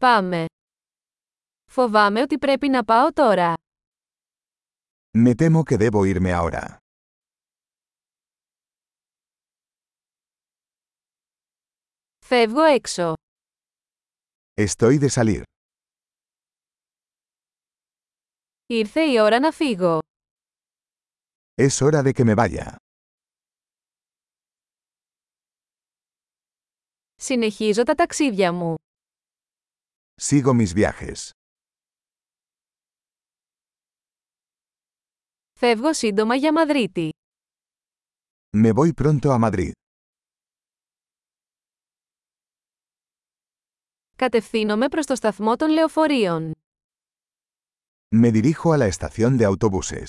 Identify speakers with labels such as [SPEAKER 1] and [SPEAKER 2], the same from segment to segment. [SPEAKER 1] Πάμε. Φοβάμαι ότι πρέπει να πάω τώρα.
[SPEAKER 2] Me temo que debo irme ahora.
[SPEAKER 1] Φεύγω έξω.
[SPEAKER 2] Estoy de salir.
[SPEAKER 1] Ήρθε η ώρα να φύγω.
[SPEAKER 2] Es hora de que me vaya.
[SPEAKER 1] Συνεχίζω τα ταξίδια μου.
[SPEAKER 2] Sigo mis viajes.
[SPEAKER 1] Φεύγω σύντομα για Μαδρίτη.
[SPEAKER 2] Me voy pronto a Madrid.
[SPEAKER 1] Κατευθύνομαι προς το σταθμό των λεωφορείων.
[SPEAKER 2] Me dirijo a la estación de autobuses.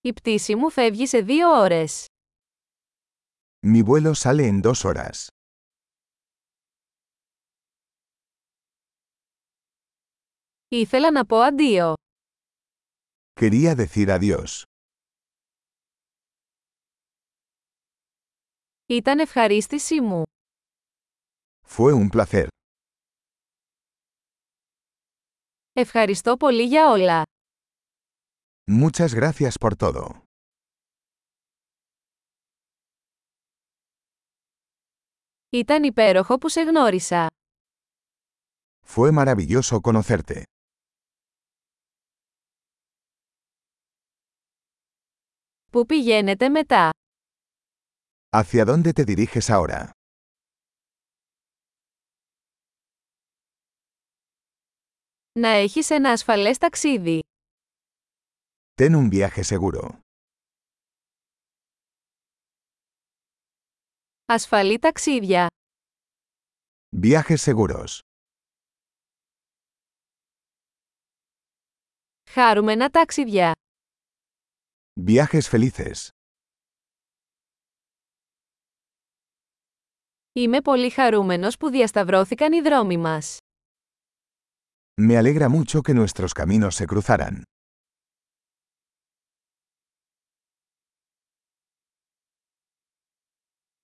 [SPEAKER 1] Η πτήση μου φεύγει σε δύο ώρες.
[SPEAKER 2] Mi vuelo sale en dos horas.
[SPEAKER 1] Ήθελα να πω αντίο.
[SPEAKER 2] Quería decir adiós.
[SPEAKER 1] Ήταν ευχαρίστησή μου.
[SPEAKER 2] Fue un placer.
[SPEAKER 1] Ευχαριστώ πολύ για όλα.
[SPEAKER 2] Muchas gracias por todo.
[SPEAKER 1] Ήταν υπέροχο που σε γνώρισα.
[SPEAKER 2] Fue maravilloso conocerte.
[SPEAKER 1] Πού πηγαίνετε μετά.
[SPEAKER 2] ¿Hacia dónde te diriges ahora?
[SPEAKER 1] Να έχεις ένα ασφαλές ταξίδι.
[SPEAKER 2] Ten un viaje seguro.
[SPEAKER 1] Ασφαλή ταξίδια.
[SPEAKER 2] Viajes seguros.
[SPEAKER 1] Χάρουμενα ταξίδια.
[SPEAKER 2] Viajes felices.
[SPEAKER 1] Είμαι πολύ χαρούμενος που διασταυρώθηκαν οι δρόμοι μας.
[SPEAKER 2] Me alegra mucho que nuestros caminos se cruzaran.